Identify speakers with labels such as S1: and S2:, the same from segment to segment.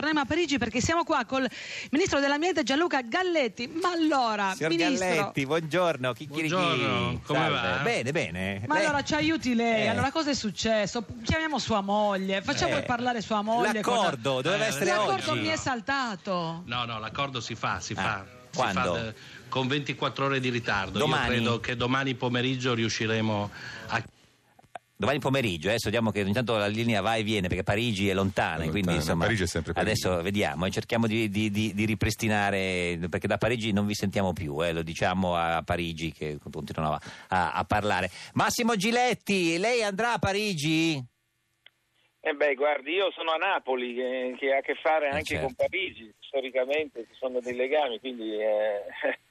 S1: torneremo a Parigi perché siamo qua col ministro dell'ambiente Gianluca Galletti. Ma allora,
S2: Signor
S1: Ah, ministro,
S2: Galletti, buongiorno. Chicchirichì.
S3: Buongiorno, come
S2: Salve.
S3: va?
S2: Bene, bene.
S1: ma
S2: Lei-
S1: allora ci aiuti lei?
S2: Eh.
S1: Allora cosa è successo? Chiamiamo sua moglie, facciamo
S2: Eh.
S1: parlare sua moglie.
S2: L'accordo doveva
S3: Eh,
S1: Con...
S2: essere
S1: L'accordo
S2: oggi.
S1: mi è saltato.
S3: No, no, l'accordo si fa, si
S2: Ah,
S3: fa. Si
S2: quando?
S3: fa, eh, con 24 ore di ritardo.
S2: Domani?
S3: Io credo che domani pomeriggio riusciremo a
S2: Domani pomeriggio, adesso vediamo che ogni tanto la linea va e viene perché Parigi è lontana,
S4: È
S2: quindi
S4: lontana,
S2: insomma
S4: Parigi è sempre Parigi.
S2: adesso vediamo e cerchiamo di, di- di- di ripristinare perché da Parigi non vi sentiamo più, eh, lo diciamo a Parigi che continuano a, a- a parlare. Massimo Giletti, lei andrà a Parigi?
S5: Eh beh, guardi, io sono a Napoli, che, che ha a che fare
S2: Eh,
S5: anche
S2: certo.
S5: con Parigi, storicamente ci sono dei legami, quindi, eh,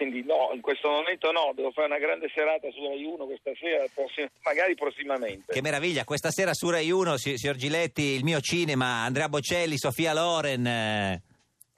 S5: quindi no, in questo momento no, devo fare una grande serata su Rai 1 questa sera, prossim- magari prossimamente.
S2: Che meraviglia, questa sera su Rai 1, si- signor Giletti, il mio cinema, Andrea Bocelli, Sofia Loren. eh.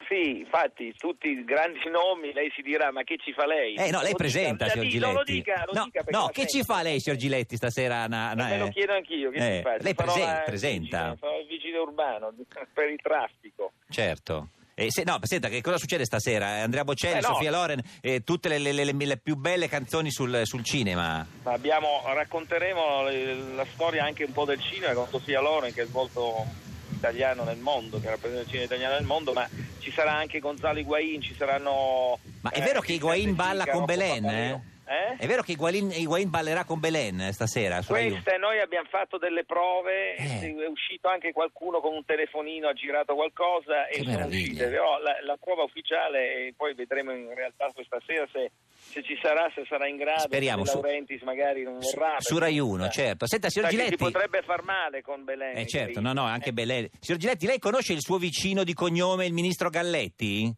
S5: Sì, infatti, tutti i grandi nomi, lei si dirà, ma che ci fa lei?
S2: Eh no, lei
S5: Lo
S2: presenta,
S5: dica,
S2: signor
S5: di-
S2: Giletti.
S5: Non lo dica, lo
S2: no,
S5: dica perché
S2: no,
S5: la
S2: che ci
S5: sento.
S2: fa lei, signor Giletti, stasera? Na- na-
S5: Eh, me lo
S2: eh.
S5: chiedo anch'io, che
S2: Eh,
S5: ci fa?
S2: Lei
S5: Farò
S2: presen-
S5: la-
S2: presenta,
S5: Farò il vigile urbano per il traffico.
S2: certo. E se, no, senta, che cosa succede stasera? Eh, Andrea Bocelli,
S5: Eh, no.
S2: Sofia Loren, eh, tutte le, le- le- le più belle canzoni sul, sul cinema.
S5: Ma abbiamo- racconteremo le- la storia anche un po' del cinema con Sofia Loren che è svolto italiano nel mondo, che rappresenta il cinema italiano nel mondo, ma ci sarà anche Gonzalo Higuain, ci saranno...
S2: Ma è vero che Higuain
S5: Vicente
S2: balla
S5: Fica,
S2: con
S5: Rocco
S2: Belen?
S5: Papaleo.
S2: eh? È
S5: Eh?
S2: vero che Higuain, Higuain ballerà con Belen eh, stasera? su Rai Uno?
S5: Questa e noi abbiamo fatto delle prove,
S2: Eh.
S5: è uscito anche qualcuno con un telefonino, ha girato qualcosa
S2: Che
S5: e sono
S2: meraviglia.
S5: uscite, però la, la prova ufficiale e poi vedremo in realtà questa sera se, se ci sarà, se sarà in grado,
S2: Speriamo,
S5: se
S2: su-
S5: De Laurentiis magari non
S2: su-
S5: vorrà.
S2: su
S5: perché- eh,
S2: Rai Uno, certo. Senta, signor
S5: Sai che
S2: Giletti-
S5: Si potrebbe far male con Belen.
S2: Eh certo, no,
S5: quindi-
S2: no, anche
S5: Eh,
S2: Belen. Signor Giletti, lei conosce il suo vicino di cognome, il ministro Galletti?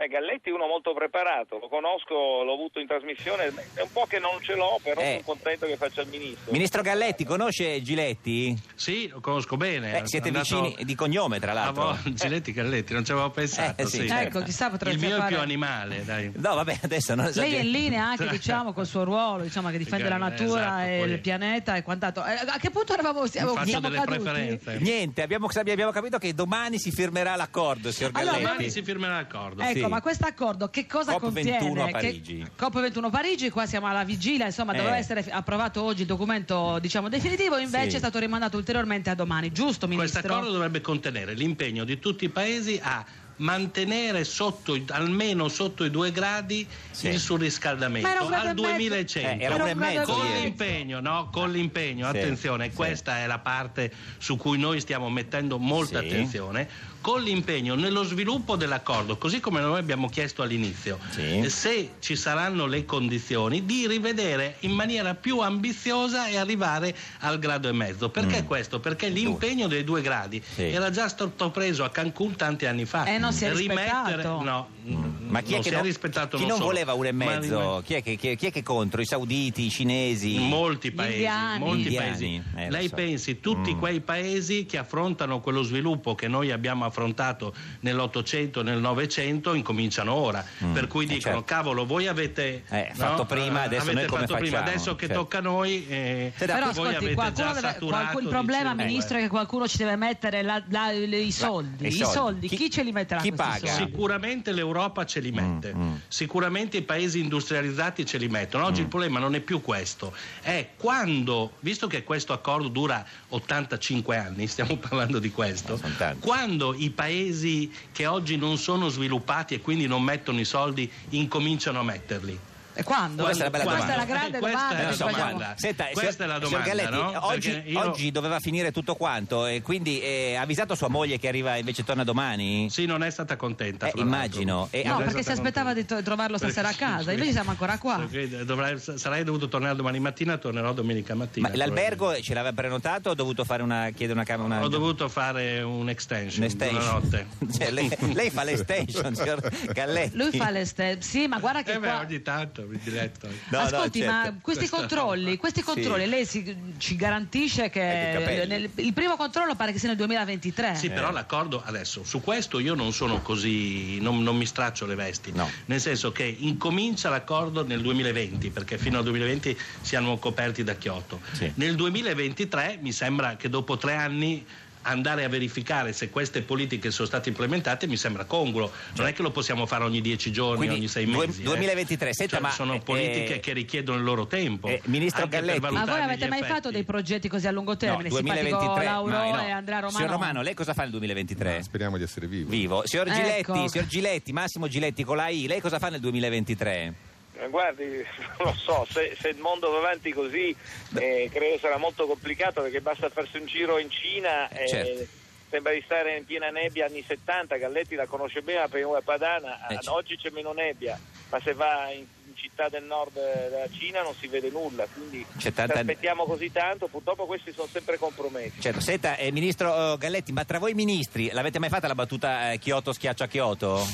S5: Eh, Galletti è uno molto preparato, lo conosco, l'ho avuto in trasmissione, è un po' che non ce l'ho, però
S2: Eh.
S5: sono contento che faccia il ministro.
S2: Ministro Galletti, conosce Giletti?
S3: Sì, lo conosco bene.
S2: Eh, siete
S3: Andato
S2: vicini di cognome, tra
S3: a
S2: l'altro.
S3: Vol- Giletti Galletti, non ci avevo pensato.
S2: Eh, sì,
S3: sì.
S2: certo.
S1: Ecco, chissà potrà
S3: Il mio è
S1: fare...
S3: più animale, dai.
S2: No, vabbè, adesso non
S1: Lei è in
S2: esageriamo.
S1: linea anche diciamo col suo ruolo, diciamo che difende la
S3: Esatto,
S1: natura e
S3: poi-
S1: il pianeta e quant'altro. Eh, a che punto eravamo siamo,
S3: Faccio
S1: siamo
S3: delle
S1: caduti?
S3: preferenze.
S2: Niente, abbiamo, abbiamo capito che domani si firmerà l'accordo, signor
S1: Allora,
S2: Galletti.
S3: Domani si firmerà l'accordo.
S1: Ecco,
S2: Sì.
S1: ma questo accordo che cosa
S2: COP21
S1: contiene?
S2: a
S1: Che-
S2: Parigi.
S1: COP21 Parigi, qua siamo alla vigilia, insomma,
S2: Eh.
S1: doveva essere fi- approvato oggi il documento, diciamo, definitivo, invece
S2: Sì.
S1: è stato rimandato ulteriormente a domani, giusto,
S3: Questo
S1: ministro?
S3: accordo dovrebbe contenere l'impegno di tutti i paesi a mantenere sotto, i- almeno sotto i 2 gradi
S2: Sì.
S3: il surriscaldamento
S1: Ma era un grado
S3: al
S1: e mezzo.
S3: 2100.
S2: Eh, era un
S1: Era un
S2: e mezzo
S1: grado
S3: con
S1: e
S2: ieri.
S1: mezzo.
S3: l'impegno, no? Con l'impegno,
S2: Sì,
S3: attenzione,
S2: sì.
S3: questa è la parte su cui noi stiamo mettendo molta
S2: Sì.
S3: attenzione, con l'impegno nello sviluppo dell'accordo, così come noi abbiamo chiesto all'inizio,
S2: Sì.
S3: eh, se ci saranno le condizioni di rivedere in maniera più ambiziosa e arrivare al grado e mezzo. Perché
S2: Mm.
S3: questo? Perché l'impegno dei due gradi
S2: Sì.
S3: era già stato preso a Cancun tanti anni fa.
S1: E Eh, non si è
S3: Rimettere-
S1: rispettato.
S3: No,
S2: Mm. Ma chi è
S3: non
S2: che
S3: si è
S2: non,
S3: rispettato
S2: chi non
S3: solo,
S2: voleva un e
S3: ma rimet-
S2: mezzo? Chi è, che, chi è- chi è che contro? I sauditi, i cinesi?
S3: Molti
S1: Gli
S3: paesi,
S1: indiani.
S3: molti
S2: Indiani,
S3: paesi.
S2: eh, lo
S3: Lei
S2: so.
S3: pensi tutti
S2: Mm.
S3: quei paesi che affrontano quello sviluppo che noi abbiamo affrontato nell'Ottocento, nel Novecento, incominciano ora.
S2: Mm,
S3: Per cui
S2: eh,
S3: dicono:
S2: certo.
S3: cavolo, voi avete
S2: Eh, fatto prima, adesso
S3: avete
S2: noi come
S3: fatto prima,
S2: facciamo?"
S3: adesso che
S2: Certo.
S3: tocca a noi, eh,
S2: Senta,
S1: Però
S3: voi
S1: ascolti,
S3: avete
S1: qualcuno
S3: già
S1: deve-
S3: saturato.
S1: qualcuno- il problema,
S3: dice,
S1: ministro, è che qualcuno ci deve mettere la- la- le- i soldi.
S2: i
S1: I
S2: soldi.
S1: soldi,
S2: Chi-
S1: chi, ce li metterà?
S2: chi
S1: questi
S2: paga?
S1: soldi?
S3: Sicuramente l'Europa ce li mette,
S2: Mm, mm.
S3: sicuramente i paesi industrializzati ce li mettono.
S1: Mm.
S3: Oggi il problema non è più questo, è quando, visto che questo accordo dura 85 anni, stiamo parlando di
S2: Eh,
S3: questo,
S2: sono tanti.
S3: quando i paesi che oggi non sono sviluppati e quindi non mettono i soldi incominciano a metterli.
S1: E quando?
S2: Questa è la bella
S1: Questa è la
S2: domanda.
S1: grande domanda.
S3: Eh, questa è
S1: che
S3: la
S2: Adesso,
S1: facciamo.
S3: domanda.
S2: guarda, Senta,
S3: Questa
S2: signor-
S3: è la
S2: signor
S3: domanda,
S2: Galletti,
S3: no?
S2: oggi,
S3: Perché io-
S2: oggi doveva finire tutto quanto, e quindi eh, ha avvisato sua moglie che arriva invece torna domani?
S3: Sì, non è stata contenta.
S2: Eh,
S3: fra l'altro.
S2: immagino. E
S1: No,
S2: adesso
S1: perché si aspettava di to- trovarlo stasera a casa, invece siamo ancora qua.
S3: Perché dovrai- sarei dovuto tornare domani mattina, tornerò domenica mattina.
S2: Ma l'albergo ce l'aveva prenotato o ho dovuto fare una, chiedere una camera? Una...
S3: Ho dovuto fare un extension,
S2: un'extension?
S3: una notte.
S2: Cioè, lei, lei fa l'extension, signor Galletti.
S1: Lui fa le step, sì, ma guarda che
S3: Eh beh,
S1: qua...
S3: ogni tanto mi diletto.
S2: No, no,
S1: Ascolti,
S2: certo.
S1: ma questi
S3: Questo-
S1: controlli, questi
S2: Sì.
S1: controlli lei si- ci garantisce
S2: Eh, che
S1: che
S2: capelli.
S1: nel- il primo controllo pare che sia nel 2023.
S2: Eh.
S3: Sì, però l'accordo adesso, su questo io non sono così, non, non mi straccio le vesti,
S2: No.
S3: nel senso che incomincia l'accordo nel 2020, perché fino al 2020 siamo coperti da Kyoto.
S2: Sì.
S3: Nel 2023 mi sembra che dopo tre anni andare a verificare se queste politiche sono state implementate mi sembra congruo. Non è che lo possiamo fare ogni dieci giorni,
S2: Cioè. Quindi,
S3: ogni sei
S2: due-
S3: mesi. eh.
S2: 2023, senta,
S3: Cioè,
S2: ma, eh,
S3: sono politiche che richiedono il loro tempo.
S2: eh, ministro
S3: anche per
S2: Galletti. Ma
S1: Ma voi
S3: valutarne
S1: avete
S3: gli
S1: mai
S3: effetti.
S1: fatto dei progetti così a lungo termine?
S2: no, 2023
S1: Simpatico Lauro
S2: no, no.
S1: e Andrea Romano.
S2: Signor Romano, lei cosa fa nel 2023?
S4: Ah, Speriamo di essere vivo.
S2: Vivo. Signor
S1: Ecco.
S2: Giletti, signor Giletti, Massimo Giletti con la I, lei cosa fa nel 2023?
S5: Eh, Guardi, non lo so, se, se il mondo va avanti così eh, credo sarà molto complicato perché basta farsi un giro in Cina
S2: Eh,
S5: e
S2: certo.
S5: sembra di stare in piena nebbia anni 70, Galletti la conosce bene la pianura padana,
S2: Eh,
S5: Ad
S2: certo.
S5: oggi c'è meno nebbia, ma se va in, in città del nord eh, della Cina non si vede nulla, quindi
S2: C'è tanta-
S5: se aspettiamo così tanto, purtroppo questi sono sempre compromessi.
S2: Certo, senta, eh, ministro eh, Galletti, ma tra voi ministri l'avete mai fatta la battuta eh, Chioto schiaccia Chioto?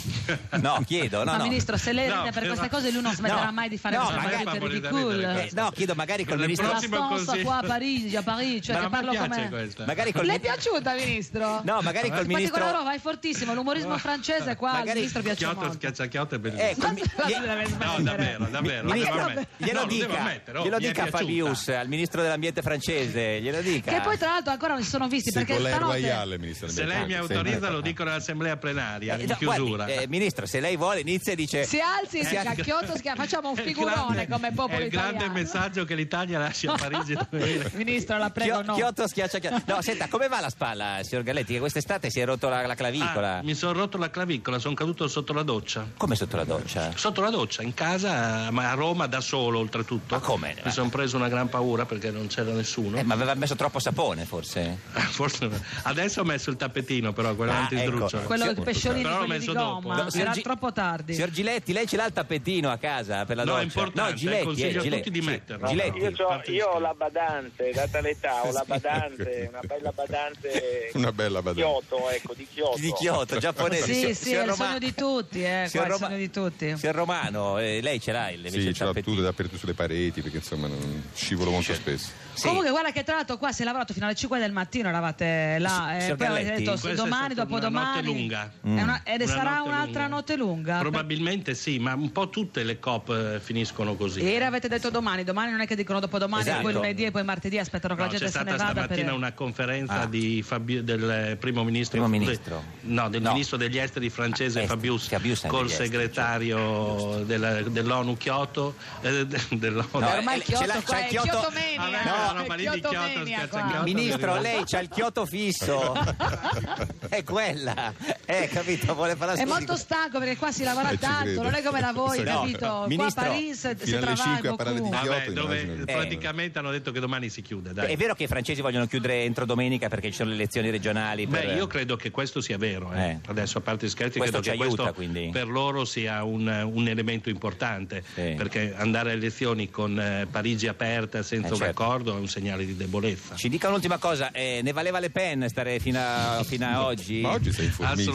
S2: No, chiedo, no,
S1: Ma
S2: no.
S1: ministro, se lei
S3: No,
S1: ride per
S3: però-
S1: queste cose lui non smetterà
S2: No,
S1: mai di
S3: Cioè,
S1: fare
S2: no,
S1: queste
S2: magari-
S1: battute
S3: Ma volete vedere
S1: ridicole.
S2: Eh, no, chiedo magari col
S3: Per il
S2: ministro...
S1: La
S3: prossimo
S1: sponsa
S3: consiglio.
S1: qua a Parigi, a Parigi, cioè che
S3: Ma non mi
S1: parlo
S3: piace
S1: come...
S3: questa.
S2: Magari col
S1: Le è piaciuta, ministro?
S2: No, magari col
S1: In
S2: ministro...
S1: particolare vai fortissimo, l'umorismo francese qua al
S2: Magari-
S1: ministro piace
S3: Chiotto
S1: molto.
S3: schiaccia Chiotto è bellissimo.
S2: Eh, col mi-
S1: Ma se la
S2: glie-
S1: deve
S3: No,
S1: smettere.
S3: davvero, davvero.
S2: Mi-
S3: lo devo
S2: glielo-
S3: ammettere.
S2: glielo
S3: No, lo devo
S2: dica,
S3: ammettere, oh,
S2: glielo
S3: mi è
S2: dica a
S3: piaciuta.
S2: Fabius, al ministro dell'ambiente francese, glielo dica.
S1: Che poi tra l'altro ancora non si sono visti
S4: Sì,
S1: perché
S4: con la
S1: stanotte...
S4: Royale, ministro.
S3: Se lei mi
S4: Sempre.
S3: autorizza lo dico nell'assemblea plenaria,
S2: Eh,
S3: in
S2: no,
S3: chiusura.
S2: guardi, eh, ministro, se lei vuole inizia e dice...
S1: Si alzi e si
S3: Eh,
S1: cacchiotto, facciamo un
S3: È il
S1: figurone
S3: grande-
S1: come popolo
S3: È il
S1: italiano.
S3: grande messaggio che l'Italia lascia a Parigi. nel
S1: Ministro, la prego,
S2: Chio-
S1: no.
S2: Chioto schiaccia Chioto. No, senta, come va la spalla, signor Galletti? Che quest'estate si è rotto la, la clavicola.
S3: Ah, mi sono rotto la clavicola, sono caduto sotto la doccia.
S2: Come sotto la doccia?
S3: Sotto la doccia, in casa, ma a Roma da solo oltretutto.
S2: Ma come?
S3: Mi sono preso una gran paura perché non c'era nessuno.
S2: Eh, ma aveva messo troppo sapone, forse?
S3: Forse no. Adesso ho messo il tappetino però, quello
S2: Ah,
S3: antidruccio.
S2: ecco.
S1: Quello
S2: Sì,
S1: del pesciolini
S3: Però l'ho
S1: quelli di
S3: messo dopo.
S1: gomma,
S2: No, signor
S1: era
S2: Gi-
S1: troppo tardi.
S2: Signor Giletti, lei ce l'ha il tappetino a casa per la
S3: No,
S2: doccia?
S3: è importante, consiglio a tutti di
S2: sì,
S3: metterlo.
S2: Giletti.
S5: io, c'ho-
S3: parte di
S5: io ho
S3: scrivere.
S5: la badante, data l'età, ho la
S4: Sì,
S5: badante,
S4: ecco.
S5: una bella badante
S4: Una bella badante.
S5: Kyoto, ecco, di Kyoto.
S2: Di Chioto, giapponese.
S1: Sì,
S2: Signor-
S1: sì,
S2: signor
S1: è il
S2: Roma-
S1: sogno di tutti, eh,
S2: signor
S1: qua è il
S2: Roma-
S1: sogno di tutti.
S2: Signor Romano, eh, lei ce l'ha il, invece
S4: Sì,
S2: il
S4: ce l'ha
S2: tappetino.
S4: tutto dappertutto sulle pareti perché insomma non scivolo molto spesso.
S2: Sì.
S1: Comunque guarda che tra l'altro qua si è lavorato fino alle 5 del mattino, eravate là,
S2: Sì,
S1: eh,
S2: signor
S1: poi avete
S2: Galletti,
S1: detto
S3: Questa è
S1: domani,
S3: stata
S1: dopodomani.
S3: Una notte lunga. Mm.
S1: È una- ed
S3: Una
S1: sarà
S3: notte
S1: un'altra
S3: lunga.
S1: notte lunga.
S3: Probabilmente sì, ma un po' tutte le COP eh, finiscono così.
S1: Ieri avete detto domani, domani non è che dicono dopodomani,
S2: Esatto.
S1: poi lunedì e poi martedì aspettano che
S3: No,
S1: la gente
S3: c'è
S1: se
S3: stata
S1: ne vada.
S3: stamattina
S1: Per...
S3: una conferenza
S2: Ah.
S3: di Fabio- del eh, primo ministro,
S2: Primo ministro.
S3: de- no, del
S2: No.
S3: ministro degli esteri francese
S2: Ah, esteri.
S3: Fabius,
S2: Fabius è
S3: col
S2: degli esteri, cioè,
S3: segretario della- dell'ONU Kyoto eh, de- dell'ONU.
S2: No,
S1: Ormai
S2: Eh,
S1: Kyoto
S2: ce l'ha-
S1: qua
S2: c'è
S1: è
S2: Kyoto-
S1: Kyotomania,
S3: Vabbè,
S1: è
S3: la roba lì di Kyoto
S1: Kyotomania
S3: scherza,
S1: qua.
S3: Kyoto.
S2: Ministro, lei c'ha il chioto fisso. è quella. Eh, capito? Vuole fare la
S1: È molto stanco perché qua si lavora
S4: Eh, ci
S1: tanto,
S4: credo.
S1: non è come da voi,
S4: Sì,
S2: no.
S1: capito? qua a
S2: Ministro,
S1: Parigi si
S4: fino alle
S1: travava
S4: 5 a parlare di
S1: beaucoup.
S4: Kyoto,
S3: Vabbè, dove
S4: immagino.
S3: praticamente hanno detto che domani si chiude. Dai.
S2: È vero che i francesi vogliono chiudere entro domenica perché ci sono le elezioni regionali.
S3: Beh,
S2: per-
S3: io credo che questo sia vero. eh.
S2: Eh.
S3: Adesso, a parte gli scherzi,
S2: Questo
S3: credo che
S2: ci aiuta,
S3: questo
S2: quindi.
S3: per loro sia un, un elemento importante.
S2: Sì.
S3: Perché andare alle elezioni con eh, Parigi aperta senza
S2: Eh,
S3: un
S2: certo.
S3: accordo è un segnale di debolezza.
S2: Ci dica un'ultima cosa, eh, ne valeva le penne stare fino a, fino a oggi?
S4: Ma oggi sei informissimo.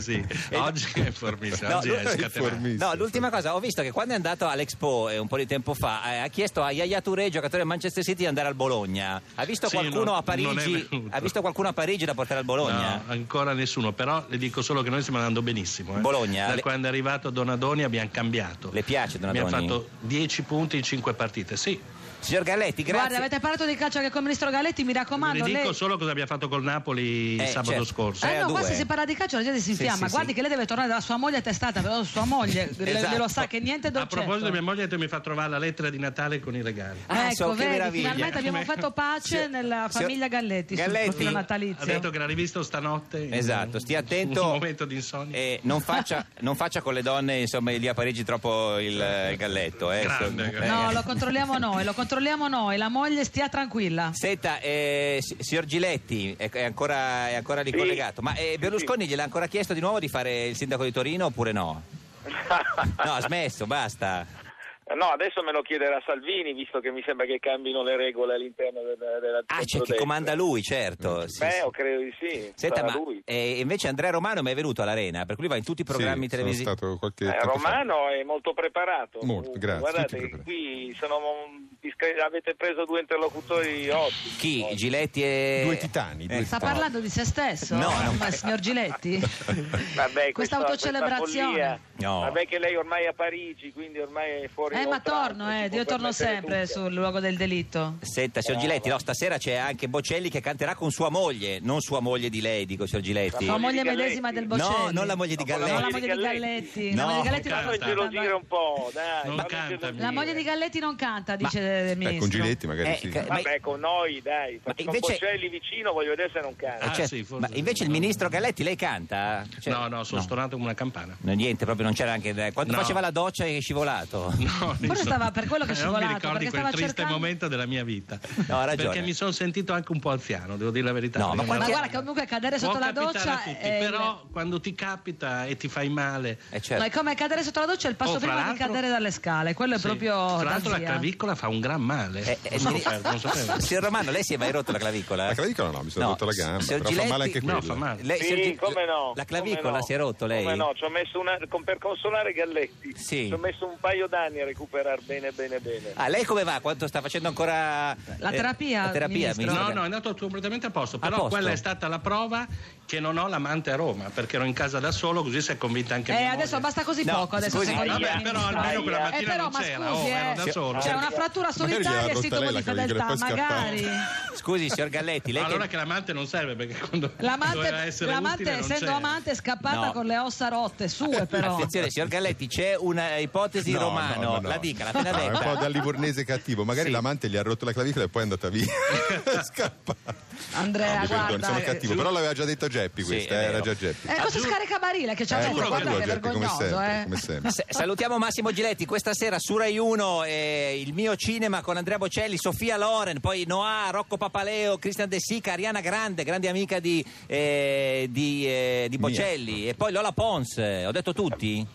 S3: sì. Oggi è formissimo,
S2: No,
S3: oggi
S2: lui
S3: è
S4: è
S3: scatenato.
S4: informissimo.
S2: No, l'ultima cosa, ho visto che quando è andato all'Expo eh, un po' di tempo fa, eh, ha chiesto a Yaya Touré, giocatore del Manchester City, di andare al Bologna. Ha visto
S3: Sì,
S2: qualcuno
S3: no,
S2: a
S3: non è
S2: Parigi?
S3: venuto.
S2: Ha visto qualcuno a Parigi da portare al Bologna?
S3: No, ancora nessuno, però le dico solo che noi stiamo andando benissimo. eh.
S2: Bologna,
S3: Da
S2: le-
S3: quando è arrivato Donadoni abbiamo cambiato.
S2: Le piace Donadoni?
S3: Mi ha fatto 10 punti in 5 partite, sì.
S2: Signor Galletti, grazie.
S1: Guarda, avete parlato di calcio anche con il ministro Galetti, mi raccomando,
S3: Le dico
S1: lei...
S3: solo cosa abbiamo fatto col Napoli
S2: Eh,
S3: sabato
S2: certo.
S3: scorso.
S2: Eh,
S1: Eh
S2: a
S1: no, qua
S2: due.
S1: se si parla di calcio la gente si infiamma.
S2: sì,
S1: Guardi
S2: sì.
S1: che lei deve tornare dalla sua moglie a testata, però sua moglie le-
S2: Esatto.
S1: glielo sa che niente
S3: A proposito,
S1: dolcetto.
S3: mia moglie ha detto mi fa trovare la lettera di Natale con i regali.
S2: Ah,
S1: ecco,
S2: so, che
S1: vedi,
S2: meraviglia.
S1: finalmente abbiamo fatto pace
S2: Signor-
S1: nella
S2: signor-
S1: famiglia Galletti,
S2: Galletti,
S1: sul profilo
S3: Ha
S1: natalizio.
S3: detto che l'ha rivisto stanotte. in-
S2: Esatto, stia attento.
S3: Un momento di insonnia.
S2: Eh, non, faccia, non faccia con le donne, insomma, lì a Parigi troppo il, eh, galletto. Eh.
S3: Grande,
S2: Insomma,
S3: grande.
S1: No,
S2: eh.
S1: lo controlliamo noi, lo controlliamo noi, la moglie stia tranquilla.
S2: Senta, eh, si- signor Giletti, è, è ancora, è ancora lì
S5: Sì.
S2: collegato, ma eh, Berlusconi gliel'ha ancora chiesto di nuovo di fare il sindaco di Torino oppure no? No, ha smesso, basta. Eh,
S5: No, adesso me lo chiederà Salvini, visto che mi sembra che cambino le regole all'interno del- della
S2: Ah, c'è
S5: centrodestra.
S2: che comanda lui, certo. sì,
S5: Beh,
S2: sì.
S5: io credo di sì.
S2: Senta,
S5: sarà
S2: ma
S5: lui.
S2: eh, invece Andrea Romano mi è venuto all'arena, per cui va in tutti i programmi
S4: Sì,
S2: televisivi.
S4: Sono stato qualche
S5: Eh,
S4: tempo fa.
S5: Romano è molto preparato. Uh,
S4: Molto, grazie,
S5: Guardate,
S4: tutti preparati.
S5: qui sono Giletti, sc- avete preso due interlocutori ottimi.
S2: Chi?
S5: Oggi.
S2: Giletti e... Eh.
S4: Due titani, due
S1: Sta
S4: titani.
S1: parlando di se stesso?
S2: No, no.
S1: Ma, signor Giletti? questa
S5: Vabbè, questa
S1: autocelebrazione. Eh,
S5: follia.
S2: No.
S5: Vabbè che lei ormai è a Parigi, quindi ormai è fuori
S1: Eh, ma
S5: oltraggio,
S1: torno, eh,
S5: si può
S1: io torno
S5: permettere
S1: sempre
S5: tutto.
S1: sul luogo del delitto.
S2: Senta,
S3: Eh,
S2: signor Giletti, no, stasera c'è anche Bocelli che canterà con sua moglie, non sua moglie di lei, dico signor Giletti.
S5: La
S1: La moglie
S5: Galletti.
S1: medesima del
S5: No,
S1: Bocelli.
S2: non la moglie di
S1: No,
S2: Galletti.
S1: la moglie di Galletti. La
S2: No,
S1: moglie di Galletti
S3: non
S1: non
S3: canta.
S5: Fammi
S1: canta.
S5: gelosire un po', dai.
S3: Non
S5: fammi
S3: canta,
S5: gelosire.
S1: La moglie di Galletti non canta, dice il
S4: Beh, con
S1: ministro.
S4: Giletti Ecco, magari
S2: Eh,
S4: sì.
S2: ca-
S5: Vabbè, con noi, dai.
S2: Ma
S5: Con
S2: invece-
S5: Bocelli vicino, voglio vedere se non canta.
S3: Ah,
S2: Cioè,
S3: sì, forse
S2: ma
S3: sì.
S2: invece il ministro Galletti lei canta? Cioè-
S3: no, no, sono stonato come una campana.
S2: No, Niente, proprio non c'era anche. Quando
S3: No.
S2: faceva la doccia è scivolato.
S3: No,
S1: Forse stava per quello che è
S3: Non
S1: scivolato,
S3: mi ricordi
S1: perché
S3: quel
S1: stava
S3: triste
S1: cercando-
S3: momento della mia vita.
S2: No, ha ragione.
S3: Perché mi sono sentito anche un po' anziano, devo dire la verità.
S2: No, ma
S1: Ma
S3: Perché
S2: qualche-
S3: non-
S1: guarda, comunque cadere sotto
S3: Può
S1: la
S3: capitare
S1: doccia
S3: a tutti,
S1: è...
S3: però quando ti capita e ti fai male.
S2: Eh,
S1: No,
S2: certo.
S1: è come cadere sotto la doccia è il passo
S3: Oh, fra
S1: prima di
S3: l'altro-
S1: cadere dalle scale, quello è
S3: Sì.
S1: proprio
S3: Tra l'altro la
S1: razzia.
S3: clavicola fa un gran male.
S2: Eh, eh,
S3: non so
S2: mi-
S3: perdo, non sapevo.
S2: Signor Romano, lei si è mai rotto la clavicola?
S4: La clavicola no, mi sono
S2: No,
S4: rotto la gamba,
S2: signor
S4: però fa male anche
S2: Giletti-
S4: quella.
S3: No, fa male.
S2: Lei,
S5: Sì,
S2: signor Gi-
S5: come no?
S2: La
S5: come
S2: clavicola
S5: no,
S2: si è rotto lei?
S5: Come no, ci ho messo una, con- per consolare Galletti.
S2: Sì.
S5: Ci ho messo un paio d'anni a recuperare bene, bene, bene.
S2: Ah, lei come va? Quanto sta facendo ancora
S1: La
S2: eh,
S1: terapia,
S2: la terapia,
S1: ministro?
S2: ministro?
S3: No, no, è andato completamente a posto.
S2: A
S3: Però
S2: posto?
S3: quella è stata la prova che non ho l'amante a Roma, perché ero in casa da solo, così si è convinta anche
S1: Eh,
S3: mia
S1: adesso
S3: moglie.
S1: basta così
S2: No,
S1: poco, adesso
S2: scusi,
S1: secondo
S5: vabbè,
S1: me,
S5: però
S1: ministro.
S5: almeno quella
S3: mattina
S1: eh, però,
S3: non
S1: ma scusi,
S3: c'era, oh, ero da
S1: eh,
S3: solo.
S1: c'è una frattura
S4: Magari gliela
S1: solitaria
S4: rotta
S1: siccome
S4: lei
S1: di
S4: la
S1: fedeltà,
S4: clavicola, poi scappava.
S1: magari.
S2: Scusi, signor Galletti, lei
S3: Ma allora
S2: che...
S3: che l'amante non serve perché quando doveva
S1: L'amante,
S3: essere
S1: l'amante,
S3: utile non
S1: essendo
S3: c'era.
S1: amante, è scappata
S2: No.
S1: con le ossa rotte sue, però.
S2: Attenzione, signor Galletti, c'è una ipotesi
S4: No, no,
S2: romano,
S4: no, no.
S2: la dica, l'ha appena
S4: No, Ah, è un po'
S2: detta.
S4: da livornese cattivo, magari
S2: Sì.
S4: l'amante gli ha rotto la clavicola e poi è andata via. Scappa.
S1: Andrea,
S4: No, mi perdono,
S1: Eh, guarda.
S4: sono cattivo, però l'aveva già detto Geppi
S2: Sì,
S4: questa,
S2: è
S4: eh, era
S2: vero.
S4: già Geppi.
S1: Eh, questo scaricabarile che ci ha
S4: Eh,
S1: messo,
S4: ecco,
S1: guarda
S4: quello
S1: che
S4: Geppi, come
S1: vergognoso,
S4: sempre,
S1: eh.
S4: come sempre.
S2: S- Salutiamo Massimo Giletti, questa sera su Rai 1 eh, il mio cinema con Andrea Bocelli, Sofia Loren, poi Noah, Rocco Papaleo, Cristian De Sica, Ariana Grande, grande amica di, eh, di, eh, di Bocelli, e poi Lola Pons, eh, ho detto tutti?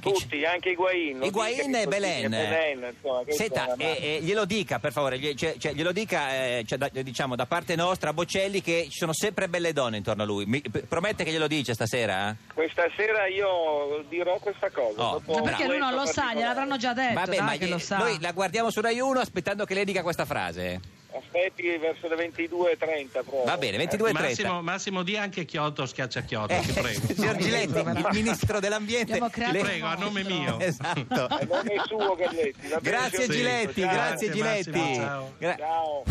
S2: Chi c'è?
S5: Tutti, anche Higuain. lo dica
S2: Higuain
S5: che
S2: e
S5: così,
S2: Belen.
S5: Belen, insomma, questa è
S2: Senta,
S5: una mano.
S2: eh, eh, glielo dica per favore, gli- cioè- cioè, glielo dica eh, cioè, da, diciamo da parte nostra a Bocelli che ci sono sempre belle donne intorno a lui. Mi- p- promette che glielo dice stasera? eh?
S5: Questa sera io dirò questa cosa.
S2: Oh,
S5: dopo
S2: Ma
S1: Ma perché lui non lo sa,
S5: particolare.
S1: gliel'avranno già detto, Certo, dai, che
S2: gli-
S1: lo sa.
S2: noi la guardiamo su Rai 1 aspettando che lei dica questa frase.
S5: Aspetti verso le 22.30 proprio.
S2: Va bene, 22.30.
S3: Massimo, Massimo di anche Chioto schiaccia Chioto,
S1: Eh,
S3: ti prego.
S2: Eh, signor Giletti, il ministro dell'ambiente.
S1: Abbiamo creato
S2: le-
S1: un
S3: Prego, a nome
S1: mostro.
S3: mio.
S2: Esatto.
S5: Eh, non è il suo Galletti. va bene,
S2: Grazie
S5: signor
S2: Giletti,
S5: Ministro, ciao.
S2: grazie
S3: Grazie,
S2: Giletti.
S3: Massimo, ciao.
S2: Gra-
S5: Ciao.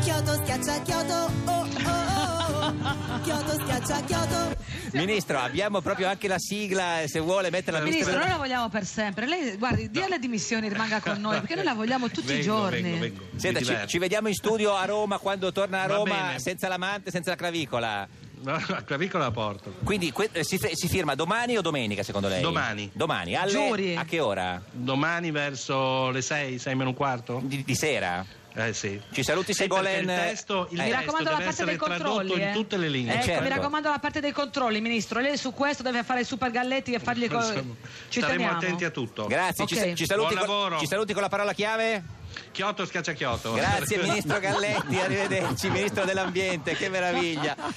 S6: Chioto schiaccia Chioto, oh oh oh, oh. Chioto schiaccia Chioto.
S2: Ministro, abbiamo proprio anche la sigla, eh, se vuole metterla
S1: Ministro, noi la vogliamo per sempre. Lei, guardi, dia
S3: No.
S1: le dimissioni, rimanga con noi, perché noi la vogliamo tutti
S3: Vengo,
S1: i giorni.
S3: Vengo, vengo. Mi
S2: Senta, ci,
S3: diverto.
S2: ci vediamo in studio a Roma quando torna a
S3: Va
S2: Roma
S3: bene.
S2: senza l'amante, senza la clavicola.
S3: No, la clavicola la porto.
S2: Quindi que- eh, si, fe- si firma domani o domenica secondo lei?
S3: Domani.
S2: Domani, alle-
S1: Giuri.
S2: a che ora?
S3: Domani verso le 6, 6 meno un quarto?
S2: Di, di sera?
S3: Eh sì.
S2: Ci saluti
S3: Sì,
S2: Segolen.
S3: perché Il testo, il
S2: Eh.
S1: Mi
S3: testo
S1: raccomando la
S3: deve
S1: parte dei
S3: essere
S1: controlli.
S3: tradotto in
S1: eh.
S3: tutte le lingue.
S1: Ecco,
S2: Certo.
S1: Mi raccomando la parte dei controlli, ministro. Lei su questo deve fare i super galletti e fargli co-
S3: Insomma,
S1: Ci
S3: Staremo
S1: teniamo.
S3: attenti a tutto.
S2: Grazie, ci,
S1: Ok.
S2: sa- ci saluti
S3: Buon
S2: con,
S3: lavoro.
S2: ci saluti con la parola chiave?
S3: Chioto schiaccia Chioto.
S2: Grazie Ministro Galletti, arrivederci Ministro dell'Ambiente, che meraviglia.